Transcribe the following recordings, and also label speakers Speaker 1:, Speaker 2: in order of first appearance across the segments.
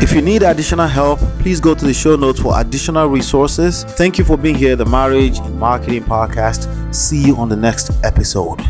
Speaker 1: If you need additional help, please go to the show notes for additional resources. Thank you for being here, the Marriage and Marketing Podcast. See you on the next episode.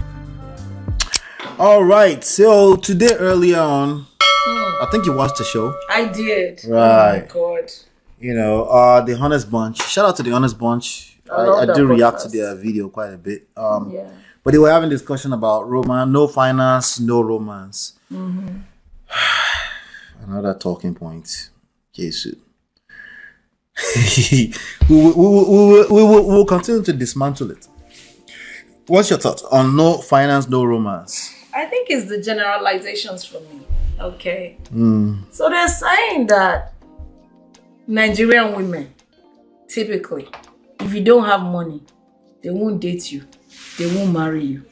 Speaker 1: All right, so today earlier on, I think you watched the show.
Speaker 2: I did.
Speaker 1: Right.
Speaker 2: Oh my god.
Speaker 1: You know, uh, the Honest Bunch. Shout out to the Honest Bunch. I,
Speaker 2: love
Speaker 1: I,
Speaker 2: that
Speaker 1: do react to
Speaker 2: podcast.
Speaker 1: their video quite a bit. Um,
Speaker 2: Yeah.
Speaker 1: But they were having discussion about romance, no finance, no romance. Another talking point, Jesus. we, will- we, will- we, will- we, will- we will continue to dismantle it. What's your thought on no finance, no romance?
Speaker 2: I think it's the generalizations for me. Okay. So they're saying that Nigerian women, typically, if you don't have money, they won't date you, they won't marry you.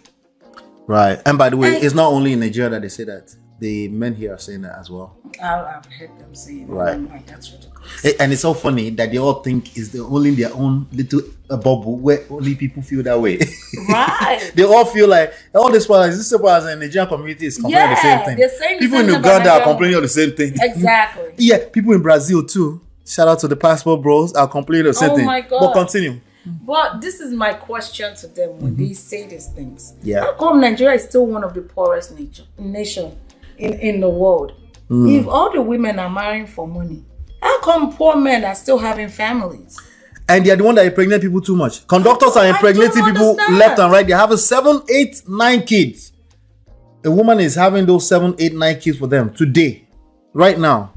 Speaker 1: Right. And by the way,
Speaker 2: I-
Speaker 1: it's not only in Nigeria that they say that. The men here are saying that as well.
Speaker 2: I, I've heard them saying,
Speaker 1: Right.
Speaker 2: right. like, that's ridiculous.
Speaker 1: A- And it's so funny that they all think it's the only their own little uh, bubble where only people feel that way.
Speaker 2: right.
Speaker 1: they all feel like all these spoilers, this spoilers in the Nigerian community is complaining the
Speaker 2: Yeah,
Speaker 1: same thing.
Speaker 2: they're saying the
Speaker 1: people in
Speaker 2: same thing about
Speaker 1: Uganda are
Speaker 2: Nigeria.
Speaker 1: complaining of the same thing.
Speaker 2: Exactly.
Speaker 1: yeah, people in Brazil too. Shout out to the passport bros are complaining of the same
Speaker 2: Oh
Speaker 1: thing.
Speaker 2: my God.
Speaker 1: But continue.
Speaker 2: But this is my question to them when they say these things.
Speaker 1: Mm-hmm. Yeah.
Speaker 2: How come Nigeria is still one of the poorest nation nation in, in the world?
Speaker 1: Mm.
Speaker 2: If all the women are marrying for money, how come poor men are still having families?
Speaker 1: And they are the one that impregnate people too much. Conductors are
Speaker 2: I don't
Speaker 1: impregnating people
Speaker 2: understand.
Speaker 1: left and right. They're having seven, eight, nine kids. A woman is having those seven, eight, nine kids for them today, right now.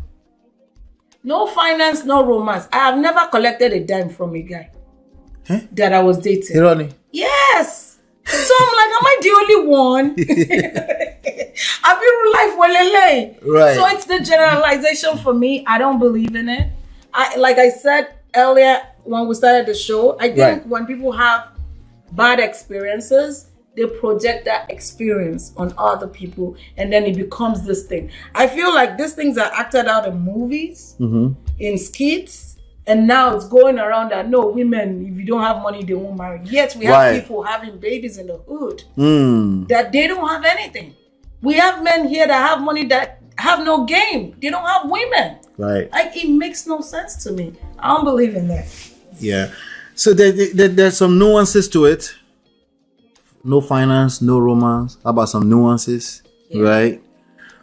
Speaker 2: No finance, no romance. I have never collected a dime from a guy
Speaker 1: Huh?
Speaker 2: that I was dating.
Speaker 1: Irony.
Speaker 2: Yes. So I'm like, am I the only one? I've been real life well
Speaker 1: Right.
Speaker 2: So it's the generalization for me. I don't believe in it. I like I said earlier when we started the show, I think
Speaker 1: Right.
Speaker 2: when people have bad experiences, they project that experience on other people and then it becomes this thing. I feel like these things are acted out in movies, in skits, and now it's going around that no, women, if you don't have money, they won't marry. Yet we have
Speaker 1: Right.
Speaker 2: people having babies in the hood
Speaker 1: Hmm.
Speaker 2: that they don't have anything. We have men here that have money that have no game, they don't have women.
Speaker 1: Right.
Speaker 2: Like it makes no sense to me. I don't believe in that.
Speaker 1: Yeah. So there, there, there- there's some nuances to it. No finance, no romance. How about some nuances, right?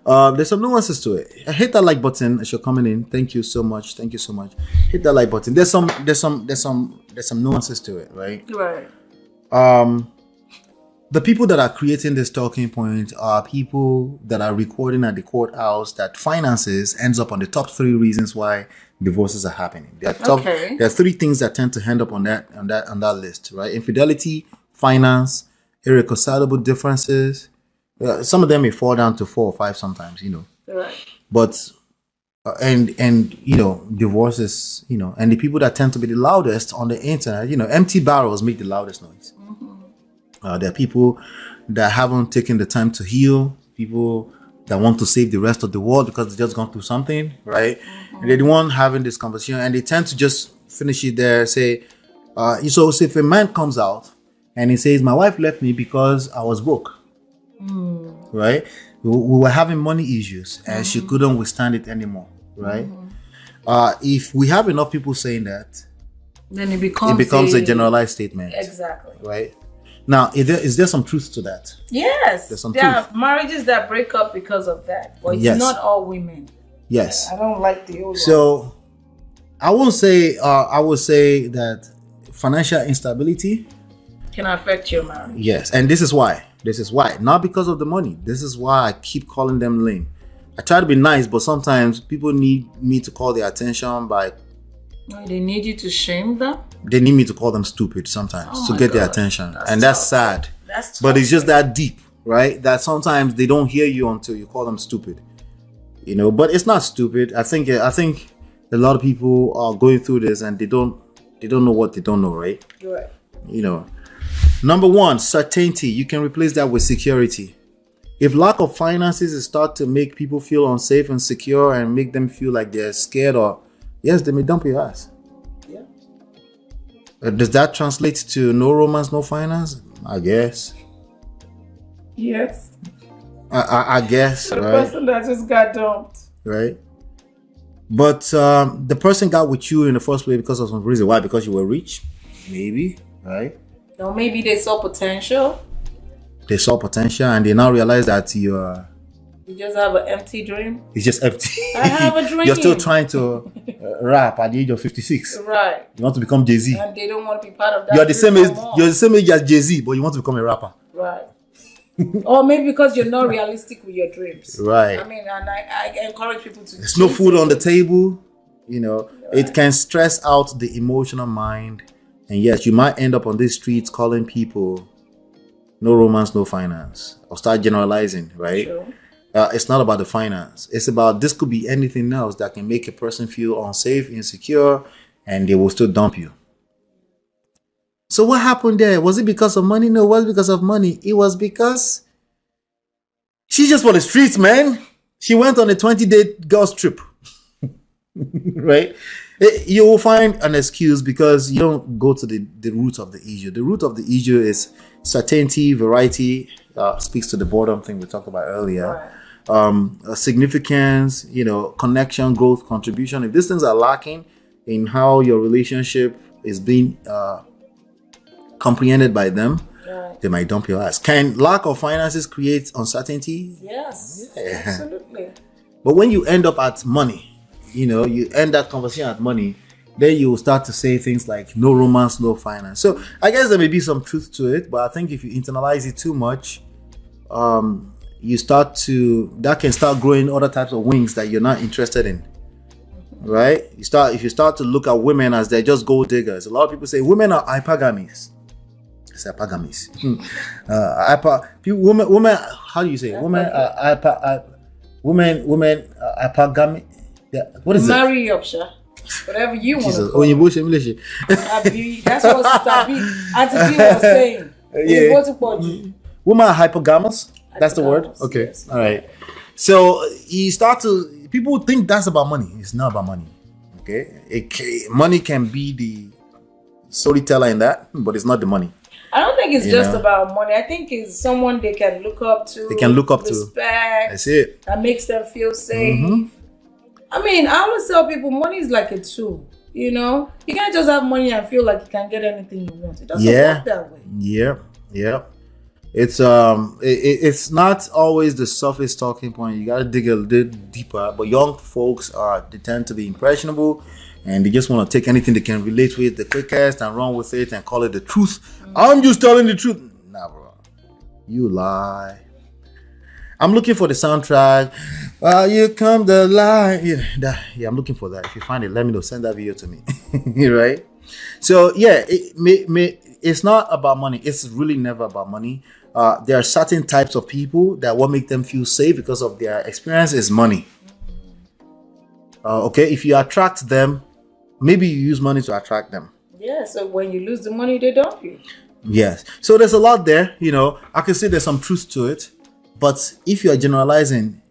Speaker 1: Uh, there's some nuances to it. Hit that like button as you're coming in. Thank you so much. Thank you so much. Hit that like button. There's some, there's some, there's some, there's some nuances to it, right?
Speaker 2: Right.
Speaker 1: um the people that are creating this talking point are people that are recording at the courthouse that finances ends up on the top three reasons why divorces are happening. There are, top,
Speaker 2: Okay.
Speaker 1: there are three things that tend to end up on that on that on that list, right? Infidelity, finance, irreconcilable differences. Uh, some of them may fall down to four or five sometimes, you know
Speaker 2: Right.
Speaker 1: but uh, and and you know divorces you know and the people that tend to be the loudest on the internet you know empty barrels make the loudest noise uh, there are people that haven't taken the time to heal people that want to save the rest of the world because they just gone through something right and they're the one having this conversation and they tend to just finish it there say uh, so so if a man comes out and he says my wife left me because i was broke right? We, we were having money issues and she
Speaker 2: Mm-hmm.
Speaker 1: couldn't withstand it anymore, right? Uh, if we have enough people saying that,
Speaker 2: Then it
Speaker 1: it
Speaker 2: becomes
Speaker 1: becomes a generalized statement,
Speaker 2: Exactly.
Speaker 1: right? Now, is there, is there some truth to that?
Speaker 2: Yes.
Speaker 1: There's some
Speaker 2: there
Speaker 1: truth.
Speaker 2: are marriages that break up because of that. But it's
Speaker 1: Yes.
Speaker 2: not all women.
Speaker 1: Yes.
Speaker 2: I don't like the old one.
Speaker 1: So, I won't say, uh, I would say that financial instability,
Speaker 2: can affect your marriage.
Speaker 1: yes. And this is why. This is why. Not because of the money. This is why I keep calling them lame. I try to be nice, but sometimes people need me to call their attention by
Speaker 2: They need you to shame them.
Speaker 1: they need me to call them stupid sometimes
Speaker 2: Oh
Speaker 1: to
Speaker 2: my
Speaker 1: get their
Speaker 2: God.
Speaker 1: attention
Speaker 2: That's
Speaker 1: and that's
Speaker 2: tough.
Speaker 1: sad
Speaker 2: That's
Speaker 1: but it's just that deep right that sometimes they don't hear you until you call them stupid you know but it's not stupid i think i think a lot of people are going through this and they don't they don't know what they don't know right
Speaker 2: Right.
Speaker 1: you know number one certainty you can replace that with security if lack of finances is start to make people feel unsafe and secure and make them feel like they're scared or yes they may dump your ass
Speaker 2: Yeah.
Speaker 1: uh, Does that translate to no romance, no finance? I guess.
Speaker 2: Yes.
Speaker 1: I, I, I guess,
Speaker 2: The
Speaker 1: right?
Speaker 2: person that just got dumped.
Speaker 1: Right? But um, the person got with you in the first place because of some reason. Why? Because you were rich, maybe, right?
Speaker 2: Or maybe they saw potential.
Speaker 1: They saw potential and they now realize that you are
Speaker 2: You just have an empty dream.
Speaker 1: it's just empty.
Speaker 2: I have a
Speaker 1: You're still
Speaker 2: dream.
Speaker 1: trying to uh, rap at the age of fifty six.
Speaker 2: Right.
Speaker 1: You want to become Jay Z.
Speaker 2: And they don't want to be part of that.
Speaker 1: You are the same
Speaker 2: dream
Speaker 1: age.
Speaker 2: no more.
Speaker 1: You're the same age as Jay Z, but you want to become a rapper.
Speaker 2: Right. or maybe because you're not realistic with your dreams.
Speaker 1: Right.
Speaker 2: I mean, and I, I encourage people to.
Speaker 1: There's no food on the table. You know, it can stress out the emotional mind. And yes, you might end up on these streets calling people no romance, no finance, or start generalizing, right?
Speaker 2: True.
Speaker 1: Uh, it's not about the finance. It's about this could be anything else that can make a person feel unsafe, insecure, and they will still dump you. So what happened there? Was it because of money? No, it was because of money. It was because she just for the streets, man. She went on a 20-day girls trip. right? Eh, you will find an excuse because you don't go to the, the root of the issue. The root of the issue is certainty, variety, uh, speaks to the boredom thing we talked about earlier
Speaker 2: Right.
Speaker 1: um, uh, significance, you know, connection, growth, contribution. If these things are lacking in how your relationship is being uh, comprehended by them,
Speaker 2: Right.
Speaker 1: they might dump your ass. Can lack of finances create uncertainty?
Speaker 2: Yes.
Speaker 1: Yeah.
Speaker 2: Absolutely.
Speaker 1: But when you end up at money, you know, you end that conversation at money, then you will start to say things like no romance, no finance. So I guess there may be some truth to it, but I think if you internalize it too much, um, you start to that can start growing other types of wings that you're not interested in. Right? You start if you start to look at women as they're just gold diggers. A lot of people say women are hypergamies. It's hypergamies. Hmm. uh, hyper, people, women, women. How do you say? it? Women are hyper. Uh, women, women are hypergamy. Yeah. What is it?
Speaker 2: Marry Yorkshire. Whatever Oh, you want.
Speaker 1: Jesus. Oh,
Speaker 2: to call it.
Speaker 1: Oyinbo Shemileshe.
Speaker 2: Abi, that's what Sister B, Auntie B was saying.
Speaker 1: Yeah.
Speaker 2: What about you?
Speaker 1: Women are hypergamous. That's the word.
Speaker 2: Hypergamous,
Speaker 1: Okay.
Speaker 2: yes.
Speaker 1: All right. So you start to people think that's about money. It's not about money. Okay. It ca- money can be the storyteller in that, but it's not the money.
Speaker 2: I don't think it's
Speaker 1: You
Speaker 2: just
Speaker 1: know.
Speaker 2: about money. I think it's someone they can look up to.
Speaker 1: They can look up to. Mm-hmm.
Speaker 2: respect,
Speaker 1: That's it.
Speaker 2: that makes them feel safe. I mean, I always tell people money is like a tool. You know, you can't just have money and feel like you can get anything you want. It doesn't
Speaker 1: Yeah.
Speaker 2: work that way.
Speaker 1: Yeah. Yeah. It's um, it, it- it's not always the surface talking point. You gotta dig a little deeper. But young folks are they tend to be impressionable, and they just want to take anything they can relate with the quickest and run with it and call it the truth. I'm just telling the truth. Nah, bro, you lie. I'm looking for the soundtrack. Well, you come the lie. Yeah, that- yeah, I'm looking for that. If you find it, let me know. Send that video to me. right? So yeah, it may, may, it's not about money. It's really never about money. Uh, there are certain types of people that what make them feel safe because of their experience is money. Uh, okay, if you attract them, maybe you use money to attract them.
Speaker 2: Yeah. So when you lose the money, they dump you.
Speaker 1: Yes. So there's a lot there. You know, I can say there's some truth to it, but if you are generalizing,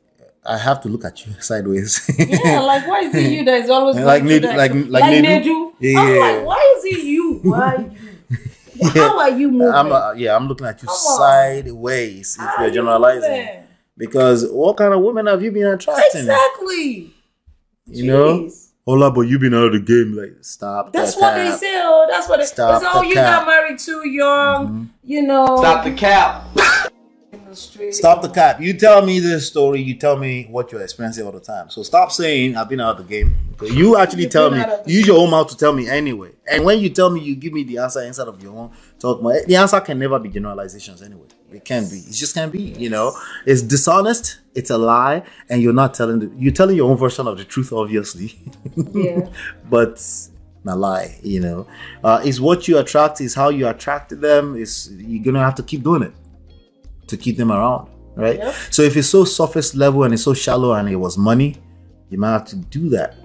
Speaker 1: I have to look at you sideways.
Speaker 2: Yeah, like why is it you that is always
Speaker 1: Like
Speaker 2: going to
Speaker 1: Nedu-
Speaker 2: that?
Speaker 1: like- like Nedu?
Speaker 2: Nedu? I'm
Speaker 1: Yeah.
Speaker 2: like, why is it you? Why are you? How are you moving?
Speaker 1: I'm uh, yeah, I'm looking at you
Speaker 2: Come on.
Speaker 1: sideways if
Speaker 2: How are
Speaker 1: you're
Speaker 2: you
Speaker 1: generalizing.
Speaker 2: moving?
Speaker 1: Because what kind of women have you been attracting?
Speaker 2: Exactly.
Speaker 1: You know,
Speaker 2: Jeez.
Speaker 1: hola, but you've been out of the game. Like, stop.
Speaker 2: That's
Speaker 1: the
Speaker 2: what
Speaker 1: cap.
Speaker 2: they say. Oh, that's what they say.
Speaker 1: uh, Stop
Speaker 2: Oh,
Speaker 1: the
Speaker 2: you
Speaker 1: cap. Mm-hmm.
Speaker 2: got married too young. You know.
Speaker 3: Stop the cap.
Speaker 2: in the street.
Speaker 1: Stop the cap. You tell me this story. You tell me what you're experiencing all the time. So stop saying I've been out of the game. Okay, You actually
Speaker 2: You've
Speaker 1: tell
Speaker 2: been
Speaker 1: me.
Speaker 2: out of the
Speaker 1: You use your own mouth to tell me anyway. And when you tell me, you give me the answer inside of your own talk. My the answer can never be generalizations anyway. It can be. It just can't be. You know, it's dishonest. It's a lie, and you're not telling. The, you're telling your own version of the truth, obviously.
Speaker 2: Yeah.
Speaker 1: but a lie you know uh, is what you attract is how you attract them is you're gonna have to keep doing it to keep them around right
Speaker 2: Yep.
Speaker 1: so if it's so surface level and it's so shallow and it was money you might have to do that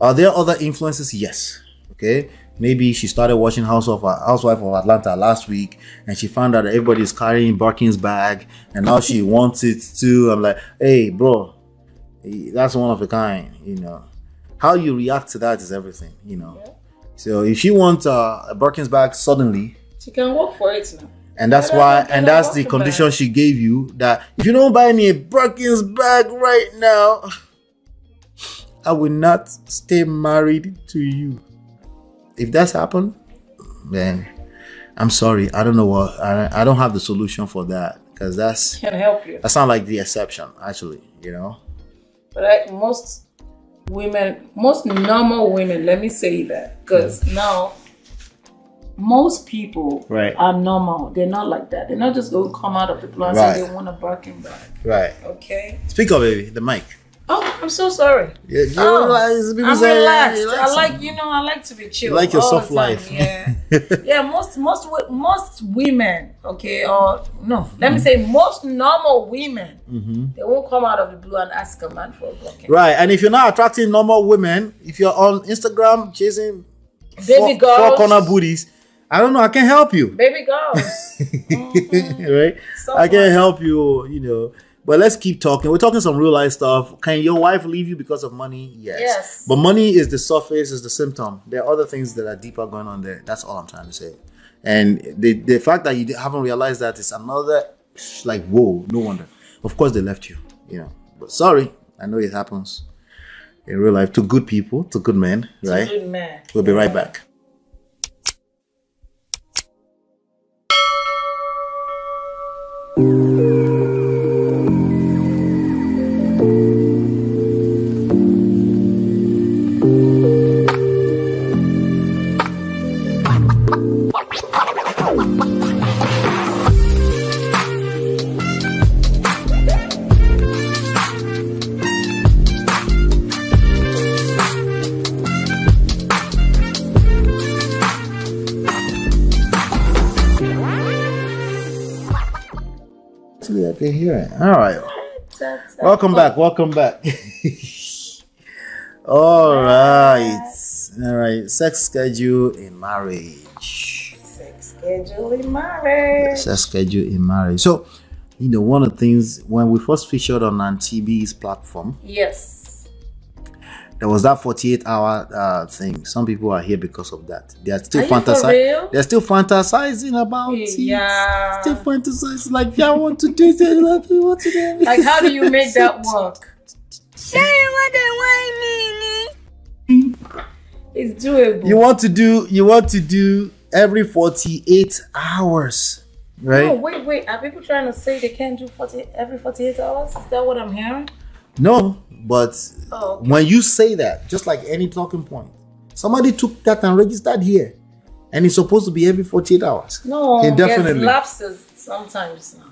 Speaker 1: are there other influences yes okay maybe she started watching house of uh, housewife of atlanta last week and she found out that everybody's carrying Birkin's bag and now she wants it too i'm like hey bro that's one of a kind you know how you react to that is everything you know so if she wants uh, a Birkin's bag suddenly
Speaker 2: She can work for it now.
Speaker 1: and that's
Speaker 2: Yeah,
Speaker 1: why
Speaker 2: that's what
Speaker 1: and
Speaker 2: I
Speaker 1: that's
Speaker 2: want
Speaker 1: the
Speaker 2: to
Speaker 1: condition
Speaker 2: buy.
Speaker 1: she gave you that if you don't buy me a Birkin's bag right now I will not stay married to you. If that's happened, then I'm sorry. I don't know what. I, I don't have the solution for that because that's
Speaker 2: Can help you.
Speaker 1: that's not like the exception actually. You know.
Speaker 2: But I, most women, most normal women, let me say that, because now most people
Speaker 1: Right.
Speaker 2: are normal. They're not like that. They're not just going to come out of the closet.
Speaker 1: Right.
Speaker 2: They want a barking bag.
Speaker 1: Right.
Speaker 2: Okay.
Speaker 1: Speak up, baby. The mic.
Speaker 2: Oh, I'm so sorry.
Speaker 1: Yeah, you
Speaker 2: Oh,
Speaker 1: know, like, people
Speaker 2: I'm
Speaker 1: say,
Speaker 2: relaxed.
Speaker 1: "Relax."
Speaker 2: I like you know. I like to be chill.
Speaker 1: You like your
Speaker 2: all
Speaker 1: soft
Speaker 2: the time,
Speaker 1: life.
Speaker 2: Yeah. yeah. Most most wo- most women. Okay. Or no. Let
Speaker 1: Mm-hmm.
Speaker 2: me say most normal women. They won't come out of the blue and ask a man for a barking.
Speaker 1: Right, and if you're not attracting normal women, if you're on Instagram chasing four, four
Speaker 2: Baby girls.
Speaker 1: corner booties, I don't know. I can help you,
Speaker 2: Baby girls.
Speaker 1: right? I
Speaker 2: Someone.
Speaker 1: can help you, you know. But let's keep talking. We're talking some real life stuff. Can your wife leave you because of money? Yes.
Speaker 2: Yes.
Speaker 1: But money is the surface, is the symptom. There are other things that are deeper going on there. That's all I'm trying to say. And the the fact that you haven't realized that is another like whoa, no wonder. Of course they left you, you know. But sorry, I know it happens in real life to good people, to good men, right?
Speaker 2: Good man.
Speaker 1: We'll be right back. Actually, I can hear it. All right. Welcome back.
Speaker 2: Oh.
Speaker 1: Welcome back. All right. All right. Sex schedule in marriage.
Speaker 2: Sex scheduling marriage.
Speaker 1: Sex schedule in marriage. So, you know, one of the things when we first featured on Antib's platform,
Speaker 2: Yes.
Speaker 1: there was that 48 hour uh, thing. Some people are here because of that. They are still
Speaker 2: Are you for
Speaker 1: fantasizing.
Speaker 2: real?
Speaker 1: They're still fantasizing about it.
Speaker 2: Yeah.
Speaker 1: Still fantasizing. Like, yeah, I want to do this. Like, I want to do this.
Speaker 2: Like, how do you make that work? It's doable.
Speaker 1: you want to do you want to do every 48 hours
Speaker 2: no,
Speaker 1: right
Speaker 2: wait, wait. Are people trying to say they can't do 40 every 48 hours? Is that what I'm hearing?
Speaker 1: no but
Speaker 2: Oh, okay.
Speaker 1: when you say that just like any talking point somebody took that and registered here and it's supposed to be every 48 hours
Speaker 2: No,
Speaker 1: Indefinitely.
Speaker 2: there's lapses sometimes. now.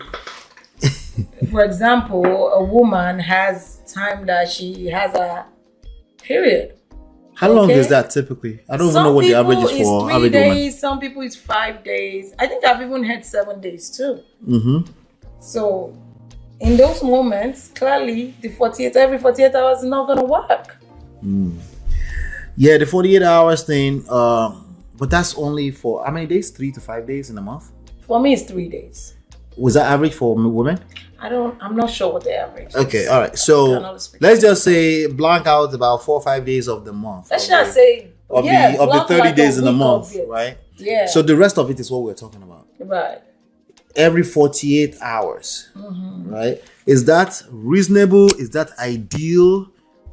Speaker 2: For example, a woman has time that she has a period.
Speaker 1: how long
Speaker 2: Okay.
Speaker 1: is that typically i don't even
Speaker 2: Some
Speaker 1: know what the average
Speaker 2: people
Speaker 1: is for
Speaker 2: three
Speaker 1: average woman
Speaker 2: days. Some people it's five days. I think I've even had seven days too.
Speaker 1: mm-hmm.
Speaker 2: So, in those moments, clearly the forty-eight every forty-eight hours is not gonna work.
Speaker 1: yeah the 48 hours thing um but that's only for how many days three to five days in a month
Speaker 2: For me, it's three days.
Speaker 1: was that average for women
Speaker 2: I don't. I'm not sure what the average. is.
Speaker 1: Okay, all right.
Speaker 2: Cannot
Speaker 1: So
Speaker 2: speak.
Speaker 1: let's just say blank out about four or five days of the month.
Speaker 2: Let's
Speaker 1: of
Speaker 2: just
Speaker 1: the-
Speaker 2: say
Speaker 1: of
Speaker 2: yeah,
Speaker 1: the of the
Speaker 2: block
Speaker 1: thirty
Speaker 2: like a
Speaker 1: days in a
Speaker 2: week
Speaker 1: month,
Speaker 2: of it.
Speaker 1: right?
Speaker 2: Yeah.
Speaker 1: So the rest of it is what we're talking about.
Speaker 2: right.
Speaker 1: Every forty-eight hours,
Speaker 2: Mm-hmm.
Speaker 1: right? Is that reasonable? Is that ideal?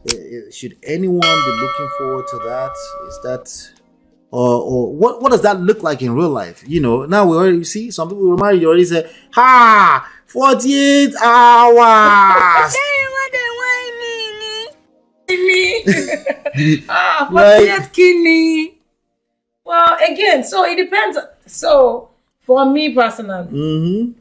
Speaker 1: Uh, uh, Should anyone be looking forward to that? Is that or, or what what does that look like in real life? You know, now we already see some people were married, you already say, Ha! 48 hours!
Speaker 2: Kidney. ah,
Speaker 1: Right.
Speaker 2: forty-eight kidney. Well, again, so it depends. So for me personally,
Speaker 1: Mm-hmm.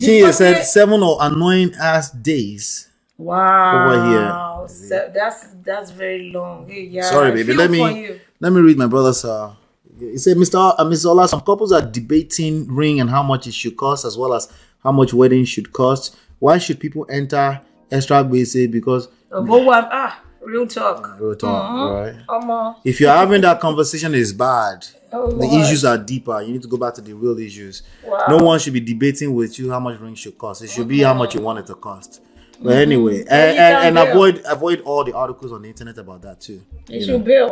Speaker 1: She
Speaker 2: Because
Speaker 1: said
Speaker 2: they-
Speaker 1: seven or annoying ass days.
Speaker 2: Wow. So that's that's very long. Hey, yeah.
Speaker 1: Sorry,
Speaker 2: I
Speaker 1: baby.
Speaker 2: feel
Speaker 1: Let
Speaker 2: for
Speaker 1: me
Speaker 2: you.
Speaker 1: let me read my brother's. Uh, he said, Mr. O- and Mrs. Ola, some couples are debating ring and how much it should cost, as well as how much wedding should cost. Why should people enter extra basic? Because
Speaker 2: Oh, but
Speaker 1: Mm.
Speaker 2: what- ah, real talk.
Speaker 1: Real talk, right.
Speaker 2: Omo.
Speaker 1: if you're having that conversation, is bad.
Speaker 2: Oh,
Speaker 1: The
Speaker 2: Lord.
Speaker 1: issues are deeper. You need to go back to the real issues.
Speaker 2: Wow.
Speaker 1: No one should be debating with you how much ring should cost. It should be how much you want it to cost. But anyway, and,
Speaker 2: Yeah, Mm-hmm. you
Speaker 1: and,
Speaker 2: can
Speaker 1: and
Speaker 2: build.
Speaker 1: avoid avoid all the articles on the internet about that too.
Speaker 2: You
Speaker 1: you know.
Speaker 2: should bill.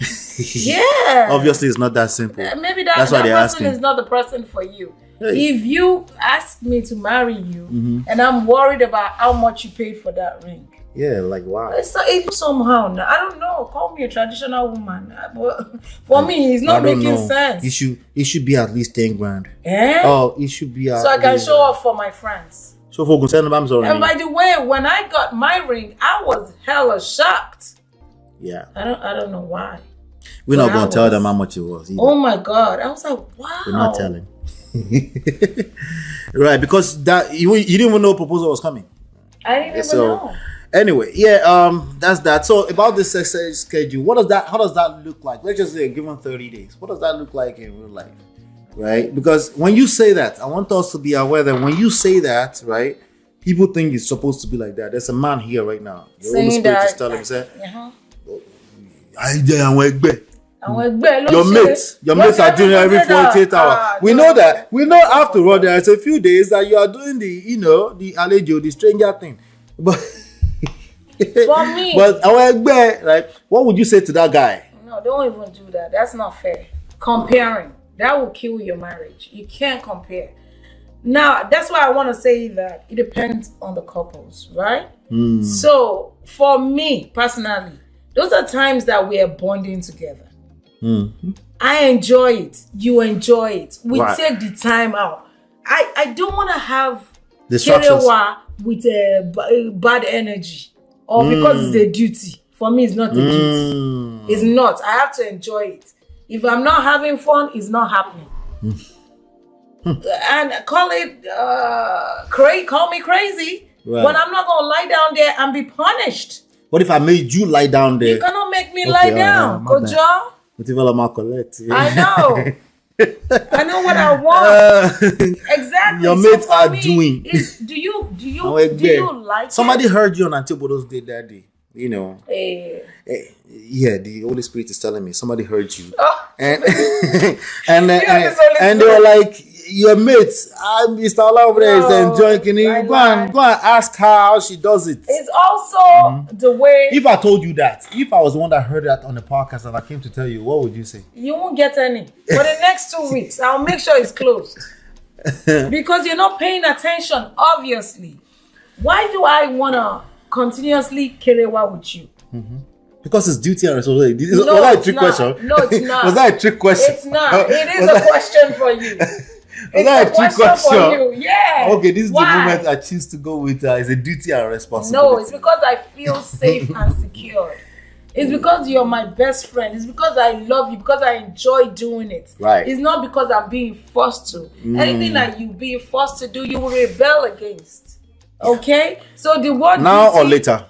Speaker 2: yeah.
Speaker 1: Obviously, it's not that simple.
Speaker 2: Uh, Maybe that,
Speaker 1: That's why
Speaker 2: that
Speaker 1: they're
Speaker 2: person
Speaker 1: asking.
Speaker 2: is not the person for you.
Speaker 1: Hey. Mm-hmm.
Speaker 2: If you ask me to marry you and I'm worried about how much you paid for that ring,
Speaker 1: Yeah, like wow.
Speaker 2: It's not it somehow. I don't know. Call me a traditional woman, Uh, but for me, it's not
Speaker 1: I don't
Speaker 2: making
Speaker 1: know.
Speaker 2: sense.
Speaker 1: It should it should be at least ten grand.
Speaker 2: eh?
Speaker 1: Oh, it should be at
Speaker 2: so I can
Speaker 1: least-
Speaker 2: show off for my friends.
Speaker 1: So for concern, I'm sorry.
Speaker 2: And by the way, when I got my ring, I was hella shocked.
Speaker 1: yeah,
Speaker 2: I don't, I don't know why.
Speaker 1: we're not gonna
Speaker 2: Flowers.
Speaker 1: tell them how much it was. Either.
Speaker 2: Oh my god! I was like, wow.
Speaker 1: We're not telling. right, because that you, you didn't even know proposal was coming.
Speaker 2: I didn't even
Speaker 1: So-
Speaker 2: know.
Speaker 1: Anyway, yeah, um, that's that. So about the success schedule, what does that? How does that look like? Let's just say, given thirty days, what does that look like in real life, right? Because when you say that, I want us to be aware that when you say that, right, people think it's supposed to be like that. There's a man here right now. Your Holy
Speaker 2: Saying
Speaker 1: Spirit is
Speaker 2: that-
Speaker 1: telling him, say,
Speaker 2: Uh-huh.
Speaker 1: "I dey àwọn ẹgbẹ́."
Speaker 2: Àwọn ẹgbẹ́ ló
Speaker 1: your
Speaker 2: ṣe-
Speaker 1: mates your
Speaker 2: ló
Speaker 1: mates
Speaker 2: ṣe
Speaker 1: are doing it every
Speaker 2: represent us.
Speaker 1: 48
Speaker 2: Ah,
Speaker 1: hours we
Speaker 2: no.
Speaker 1: know that we know after all there's a few days that you are doing the you know the alejo the stranger thing but
Speaker 2: For me-
Speaker 1: but our egbe like what would you say to that guy
Speaker 2: No, don't even do that. That's not fair. Comparing that will kill your marriage. You can't compare. Now, that's why I want to say that it depends on the couples, right?
Speaker 1: Hmm.
Speaker 2: So, for me personally, those are times that we are bonding together.
Speaker 1: Hmm.
Speaker 2: I enjoy it. You enjoy it. We
Speaker 1: Right.
Speaker 2: take the time out. I I don't want to have
Speaker 1: Distractions.
Speaker 2: kerewa with a b- bad energy or
Speaker 1: Hmm.
Speaker 2: because it's a duty. For me, it's not a duty.
Speaker 1: Mm.
Speaker 2: It's not. I have to enjoy it. If I'm not having fun, it's not happening. and call it uh, cra- call me crazy,
Speaker 1: Right.
Speaker 2: but I'm not gonna lie down there and be punished.
Speaker 1: what if i made you lie down there
Speaker 2: You cannot make me
Speaker 1: Okay,
Speaker 2: lie
Speaker 1: alright,
Speaker 2: down,
Speaker 1: alright, my
Speaker 2: Kojo.
Speaker 1: what if i'm not correct
Speaker 2: I know. I know what I want. exactly.
Speaker 1: Uh, your
Speaker 2: So
Speaker 1: mates
Speaker 2: for
Speaker 1: are
Speaker 2: me,
Speaker 1: doing.
Speaker 2: it's- do you do you
Speaker 1: Our
Speaker 2: do
Speaker 1: egbe.
Speaker 2: you like
Speaker 1: somebody
Speaker 2: It?
Speaker 1: heard you on antipodos day that day you know
Speaker 2: Eh,
Speaker 1: Eh, yeah the holy spirit is telling me somebody heard you
Speaker 2: oh,
Speaker 1: and and and,
Speaker 2: You have this Holy
Speaker 1: and they were like your mates ah, mr Ola over there is
Speaker 2: No,
Speaker 1: enjoying can
Speaker 2: I
Speaker 1: you go
Speaker 2: lied.
Speaker 1: and go and ask her how she does it
Speaker 2: it's also the way
Speaker 1: Mm-hmm. if i told you that if i was the one that heard that on the podcast and i came to tell you what would you say
Speaker 2: you won't get any for the next two weeks. I'll make sure it's closed because you're not paying attention. Obviously, why do I wanna continuously kerewa with you?
Speaker 1: because it's duty and responsibility. Is-
Speaker 2: No,
Speaker 1: was that a
Speaker 2: it's
Speaker 1: trick
Speaker 2: not.
Speaker 1: question?
Speaker 2: No, it's not.
Speaker 1: was that a trick question?
Speaker 2: It's not. It is
Speaker 1: Was
Speaker 2: a
Speaker 1: that-
Speaker 2: question for you.
Speaker 1: Was
Speaker 2: It's
Speaker 1: that
Speaker 2: a
Speaker 1: a trick
Speaker 2: question, for
Speaker 1: question?
Speaker 2: you. Yeah.
Speaker 1: Okay, this is
Speaker 2: Why?
Speaker 1: the moment I choose to go with. Uh, it's a duty and responsibility.
Speaker 2: No, it's because I feel safe and secure. It's because you're my best friend. It's because I love you. Because I enjoy doing it.
Speaker 1: Right. Mm.
Speaker 2: It's not because I'm being forced to. Anything that you being forced to do, you will rebel against. Okay. So the word
Speaker 1: now
Speaker 2: duty,
Speaker 1: or later.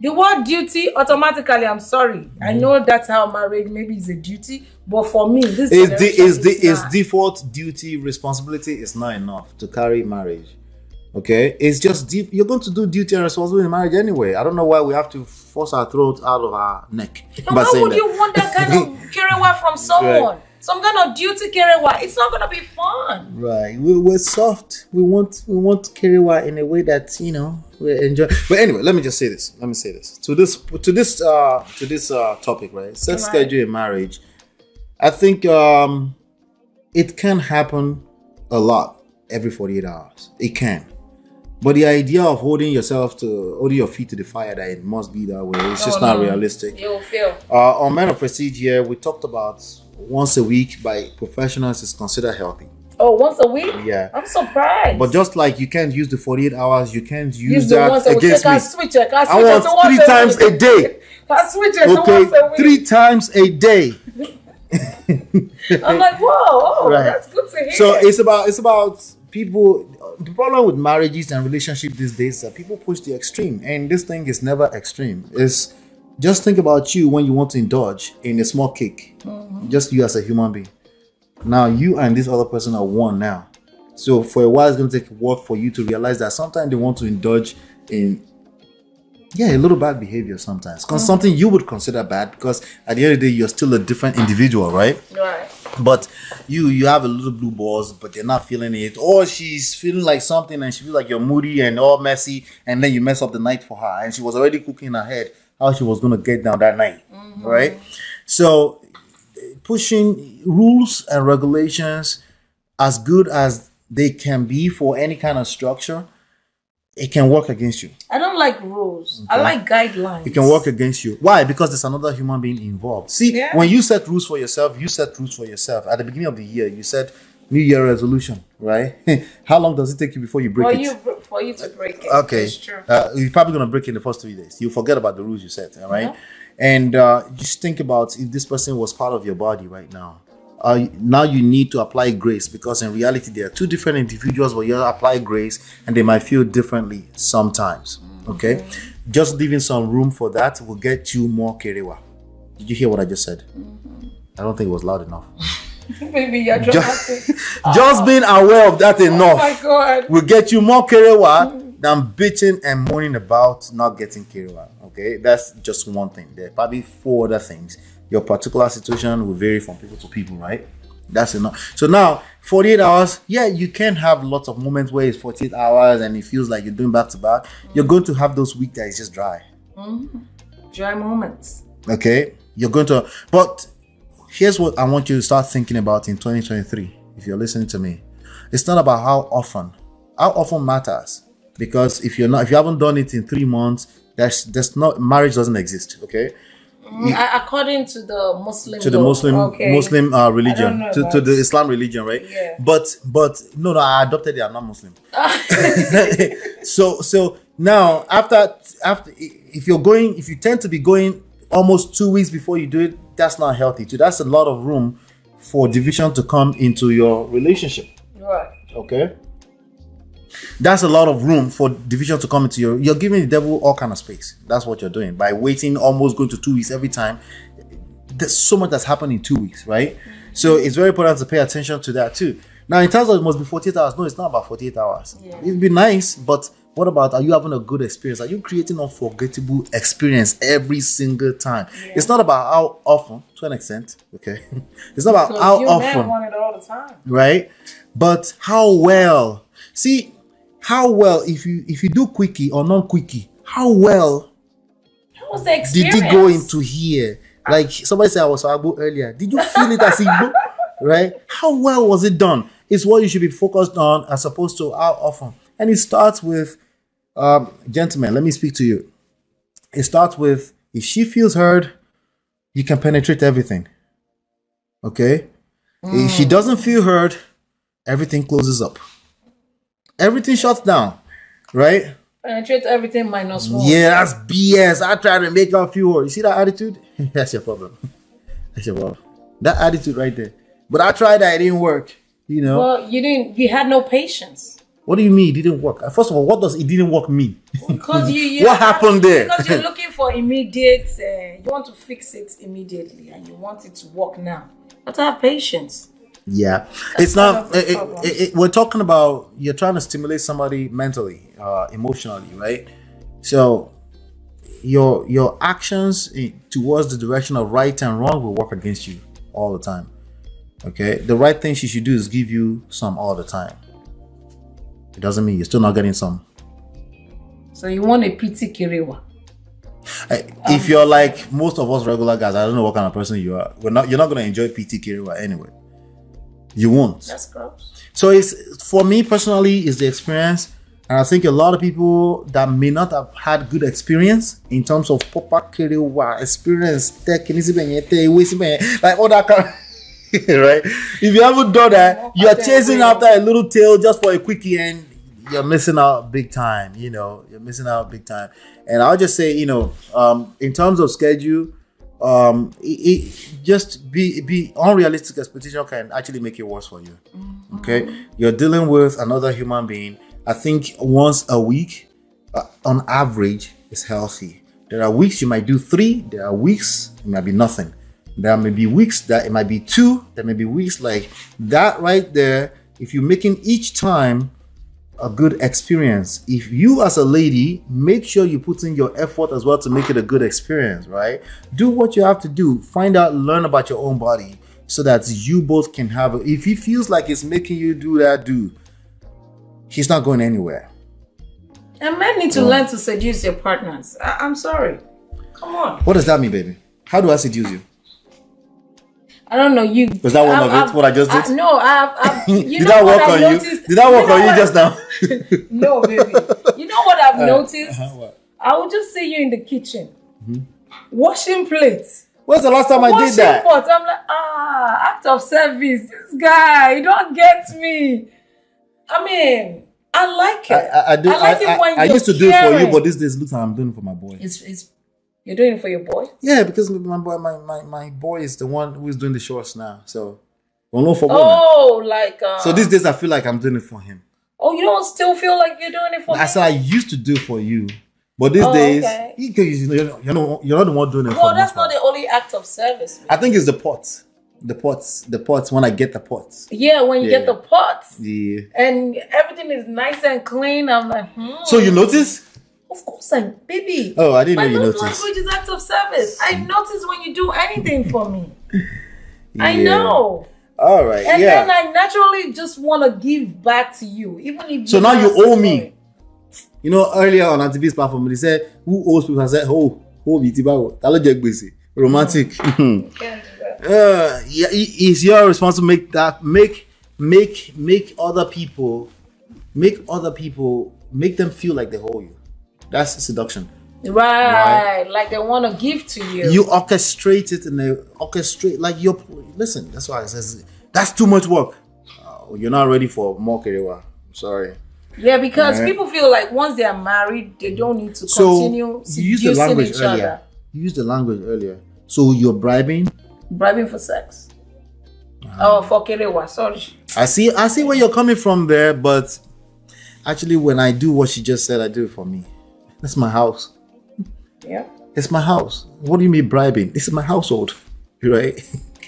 Speaker 2: the word duty automatically. I'm sorry. I
Speaker 1: Mm.
Speaker 2: know that's how marriage maybe is a duty, but for me,
Speaker 1: is
Speaker 2: this
Speaker 1: the
Speaker 2: generation
Speaker 1: is the is
Speaker 2: not.
Speaker 1: default duty responsibility is not enough to carry marriage okay it's just deep you're going to do duty and responsibility in marriage anyway i don't know why we have to force our throat out of our neck
Speaker 2: And
Speaker 1: by
Speaker 2: why
Speaker 1: saying
Speaker 2: would
Speaker 1: that.
Speaker 2: you want that kind of kerewa from someone? Some kind of duty kerewa. It's not gonna be fun.
Speaker 1: right we, we're soft we want we want kerewa in a way that you know we enjoy but anyway let me just say this let me say this to this to this uh to this uh topic right sex
Speaker 2: Right.
Speaker 1: schedule in marriage i think um it can happen a lot every 48 hours it can but the idea of holding yourself to holding your feet to the fire that it must be that way it's just
Speaker 2: No,
Speaker 1: not
Speaker 2: Oh, no.
Speaker 1: realistic
Speaker 2: You will feel.
Speaker 1: uh, on Men of Prestige here, we talked about once a week by professionals is considered healthy.
Speaker 2: Oh, once a week?
Speaker 1: Yeah.
Speaker 2: I'm surprised.
Speaker 1: But just like you can't use the 48 hours, you can't use,
Speaker 2: Use the
Speaker 1: that
Speaker 2: once a week.
Speaker 1: against
Speaker 2: I
Speaker 1: me.
Speaker 2: can switch it. I,
Speaker 1: I
Speaker 2: switch it to
Speaker 1: want
Speaker 2: once
Speaker 1: three
Speaker 2: a
Speaker 1: times
Speaker 2: week.
Speaker 1: a day.
Speaker 2: I switch it to
Speaker 1: Okay,
Speaker 2: once a week.
Speaker 1: three times a day.
Speaker 2: I'm like, whoa, oh,
Speaker 1: Right.
Speaker 2: that's good to hear.
Speaker 1: So it's about it's about people. The problem with marriages and relationships these days is that people push the extreme, and this thing is never extreme. It's just think about you when you want to indulge in a small cake, just you as a human being. Now you and this other person are one now. So for a while, it's going to take work for you to realize that sometimes they want to indulge in. Yeah, a little bad behavior sometimes. 'Cause Something you would consider bad because at the end of the day, you're still a different individual, right?
Speaker 2: right.
Speaker 1: but you you have a little blue balls but they're not feeling it or she's feeling like something and she feels like you're moody and all messy and then you mess up the night for her and she was already cooking in her head how she was going to get down that night right so eh, pushing rules and regulations as good as they can be for any kind of structure it can work against you.
Speaker 2: I don't like rules. I like guidelines.
Speaker 1: It can work against you. Why? Because there's another human being involved. See,
Speaker 2: Yeah.
Speaker 1: when you set rules for yourself, you set rules for yourself. At the beginning of the year, you said New Year resolution, right? How long does it take you before you break
Speaker 2: for
Speaker 1: it?
Speaker 2: you for you to break it.
Speaker 1: okay
Speaker 2: It's true.
Speaker 1: uh, you're probably going to break in the first three days you forget about the rules you set all right? and uh, just think about if this person was part of your body right now uh, now you need to apply grace because in reality there are two different individuals where you apply grace and they might feel differently sometimes
Speaker 2: Mm-hmm.
Speaker 1: okay just leaving some room for that will get you more kerewa did you hear what i just said
Speaker 2: Mm-hmm.
Speaker 1: i don't think it was loud enough
Speaker 2: Baby, you're dramatic.
Speaker 1: just, just being aware of that
Speaker 2: oh
Speaker 1: enough
Speaker 2: my god.
Speaker 1: will get you more kerewa than bitching and moaning about not getting kerewa. Okay, that's just one thing. There are probably four other things. Your particular situation will vary from people to people, right? That's enough. So now, 48 hours, yeah, you can have lots of moments where it's 48 hours and it feels like you're doing back to back. You're going to have those weeks that is just dry.
Speaker 2: Dry moments.
Speaker 1: Okay, you're going to, but here's what I want you to start thinking about in 2023 if you're listening to me. It's not about how often. How often matters because if you're not, if you haven't done it in three months, that's that's not marriage doesn't exist. Okay,
Speaker 2: Mm, a- according to the Muslim
Speaker 1: to the
Speaker 2: law.
Speaker 1: Muslim
Speaker 2: okay.
Speaker 1: Muslim uh, religion,
Speaker 2: know
Speaker 1: to, to
Speaker 2: about-
Speaker 1: the Islam religion, right?
Speaker 2: Yeah.
Speaker 1: But but no no, I adopted it. I'm not Muslim. so so now after after if you're going if you tend to be going almost two weeks before you do it that's not healthy too that's a lot of room for division to come into your relationship
Speaker 2: Right.
Speaker 1: okay that's a lot of room for division to come into your you're giving the devil all kind of space that's what you're doing by waiting almost going to two weeks every time there's so much that's happened in two weeks right so it's very important to pay attention to that too now in terms of it must be 48 hours no it's not about 48 hours it'd be nice but what about are you having a good experience are you creating unforgettable experience every single time it's not about how often to an extent okay it's not about
Speaker 2: So
Speaker 1: how
Speaker 2: you
Speaker 1: often
Speaker 2: men want it all the time.
Speaker 1: right? But how well? See, how well if you if you do quickie or non quickie, how well
Speaker 2: How was the
Speaker 1: did
Speaker 2: experience?
Speaker 1: it go into here? Like somebody said, I was Agbo earlier. Did you feel it as Igbo? right? How well was it done? It's what you should be focused on as opposed to how often. And it starts with, um, gentlemen, let me speak to you. It starts with if she feels heard, you can penetrate everything. Okay? If she doesn't feel heard, everything closes up. Everything shuts down, right?
Speaker 2: Penetrate everything minus one.
Speaker 1: Yeah, that's BS. I try to make her feel heard. You see that attitude? that's your problem. That's your problem. That attitude right there. But I tried that, it didn't work. You know?
Speaker 2: Well, you didn't. You had no patience.
Speaker 1: what do you mean it didn't work? First of all, what does it didn't work mean?
Speaker 2: Because you, you
Speaker 1: What happened there?
Speaker 2: Because you're looking for immediate. Uh, you want to fix it immediately, and you want it to work now. You have to have patience.
Speaker 1: Yeah, it's
Speaker 2: part
Speaker 1: not.
Speaker 2: of the
Speaker 1: It, it,
Speaker 2: problem.
Speaker 1: it, we're talking about you're trying to stimulate somebody mentally, uh, emotionally, right? So your your actions i- towards the direction of right and wrong will work against you all the time. Okay, the right thing she should do is give you some all the time. It doesn't mean you're still not getting some.
Speaker 2: So you want a pity kiriwa.
Speaker 1: I, Eh, if you're like most of us regular guys, I don't know what kind of person you are. We're not. You're not gonna enjoy PT Kiriwa anyway. You won't.
Speaker 2: That's gross.
Speaker 1: So it's for me personally is the experience, and I think a lot of people that may not have had good experience in terms of proper kerewa experience, tekinisibenye, tewisibenye, like all that kind. right? If you haven't done that, you are chasing after a little tail just for a quickie, and you're missing out big time. You know, you're missing out big time. And I'll just say, you know, um, in terms of schedule, um, it, it just be be unrealistic expectation can actually make it worse for you okay you're dealing with another human being i think once a week uh, on average is healthy there are weeks you might do three there are weeks it might be nothing there may be weeks that it might be two there may be weeks like that right there if you're making each time a good experience. If you, as a lady, make sure you put in your effort as well to make it a good experience, right? Do what you have to do. Find out, learn about your own body so that you both can have it. If he feels like it's making you do that, do. He's not going anywhere.
Speaker 2: And men need
Speaker 1: Hmm.
Speaker 2: to learn to seduce their partners. I, I'm sorry. Come on.
Speaker 1: What does that mean, baby? How do I seduce you?
Speaker 2: I don't know you.
Speaker 1: Was that one
Speaker 2: I've-
Speaker 1: of it,
Speaker 2: I've-
Speaker 1: what I just did?
Speaker 2: no, I've. I've you
Speaker 1: Did
Speaker 2: know
Speaker 1: that
Speaker 2: what
Speaker 1: work
Speaker 2: I
Speaker 1: on
Speaker 2: noticed?
Speaker 1: you? Did that work
Speaker 2: know
Speaker 1: on you
Speaker 2: what-
Speaker 1: just now?
Speaker 2: No, baby. You know I've noticed?
Speaker 1: Uh-huh, Mm-hmm. what?
Speaker 2: I will just see you in the kitchen, washing plates,
Speaker 1: When's the last time I did
Speaker 2: washing
Speaker 1: that?
Speaker 2: pots. I'm like, ah, act of service. This guy, you don't get me. I mean, I like it.
Speaker 1: I, I, I do. I,
Speaker 2: like
Speaker 1: I-
Speaker 2: it when
Speaker 1: I
Speaker 2: you're
Speaker 1: used to do it for you,
Speaker 2: caring.
Speaker 1: but these days, look, I'm doing it for my boy.
Speaker 2: it's it's you're doing it for your boy.
Speaker 1: Yeah, because my boy, my, my, my boy is the one who is doing the shorts now. So, well, no, for women.
Speaker 2: Oh, like uh,
Speaker 1: So these days, I feel like I'm doing it for him.
Speaker 2: Oh, you don't still feel like you're doing it for
Speaker 1: I
Speaker 2: me?
Speaker 1: said I used to do it for you, but these
Speaker 2: Oh,
Speaker 1: days,
Speaker 2: okay.
Speaker 1: you can- you know, you're not- you're not you're not the one doing it.
Speaker 2: Well,
Speaker 1: for
Speaker 2: that's
Speaker 1: me.
Speaker 2: not the only act of service.
Speaker 1: I think it's the pots, the pots, the pots. When I get the pots,
Speaker 2: Yeah, when you
Speaker 1: Yeah.
Speaker 2: get the pots
Speaker 1: the
Speaker 2: and everything is nice and clean, I'm like, hmm.
Speaker 1: so you notice?
Speaker 2: Of course, I baby.
Speaker 1: Oh, I didn't
Speaker 2: My
Speaker 1: know you
Speaker 2: love
Speaker 1: noticed.
Speaker 2: language is acts of service. I notice when you do anything for me. I
Speaker 1: Yeah.
Speaker 2: know.
Speaker 1: All right,
Speaker 2: And
Speaker 1: yeah.
Speaker 2: then I naturally just want to give back to you, even if.
Speaker 1: So now
Speaker 2: don't
Speaker 1: you
Speaker 2: ask
Speaker 1: owe
Speaker 2: for
Speaker 1: me.
Speaker 2: it.
Speaker 1: you know, earlier on at this platform, they said, "Who owes people?" I said, "Oh, oh, it's about romantic."
Speaker 2: You can't do that.
Speaker 1: uh, yeah, it- it's your responsibility to make that make make make other people make other people make them feel like they owe you. That's seduction.
Speaker 2: Right, like they want to give to you.
Speaker 1: You orchestrate it and they orchestrate like you're listen. That's why it says that's too much work. Uh, you're not ready for more kerewa. I'm sorry.
Speaker 2: yeah, because
Speaker 1: Right.
Speaker 2: people feel like once they are married, they don't need to
Speaker 1: So
Speaker 2: continue
Speaker 1: you used the
Speaker 2: seducing
Speaker 1: language
Speaker 2: each
Speaker 1: earlier.
Speaker 2: other,
Speaker 1: You used the language earlier. So you're bribing.
Speaker 2: bribing for sex.
Speaker 1: Uh-huh.
Speaker 2: Oh, for Kerewa, sorry.
Speaker 1: I see. I see where you're coming from there, but actually, when I do what she just said, I do it for me. That's my house.
Speaker 2: Yeah.
Speaker 1: It's my house. What do you mean bribing? This is my household, right?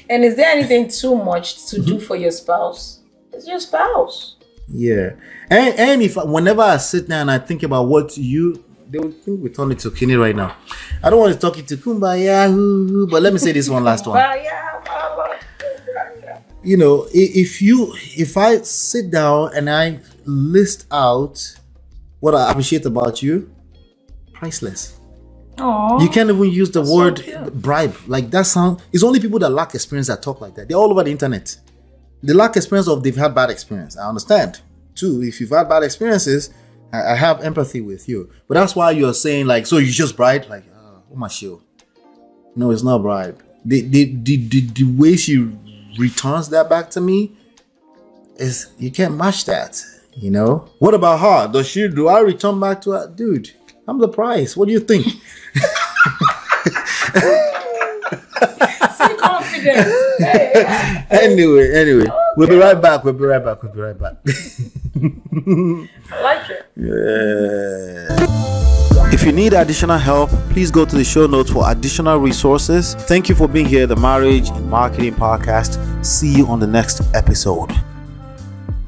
Speaker 2: And is there anything too much to
Speaker 1: Mm-hmm.
Speaker 2: do for your spouse? It's your spouse.
Speaker 1: yeah. And and if whenever I sit down and I think about what you, they will think we're talking to Kini right now. I don't want to talk to Kumbaya, hoo, hoo, but let me say this one last one.
Speaker 2: Well, yeah, well, well.
Speaker 1: you know i- if you if i sit down and i list out what i appreciate about you priceless
Speaker 2: Aw.
Speaker 1: you can't even use the word
Speaker 2: cute.
Speaker 1: bribe like that sound it's only people that lack experience that talk like that they're all over the internet they lack experience of they've had bad experience i understand too if you've had bad experiences i, I have empathy with you but that's why you're saying like so you just bribe like oh, oh my show no, it's not bribe. The the, the, the the way she returns that back to me is you can't match that. You know? What about her? Does she do I return back to her? Dude, I'm the price. What do you think?
Speaker 2: Stay confident. Hey,
Speaker 1: anyway, anyway. We'll be right back. We'll be right back. We'll be right back.
Speaker 2: I like it.
Speaker 1: If you need additional help, please go to the show notes for additional resources. Thank you for being here, the Marriage and Marketing Podcast. See you on the next episode.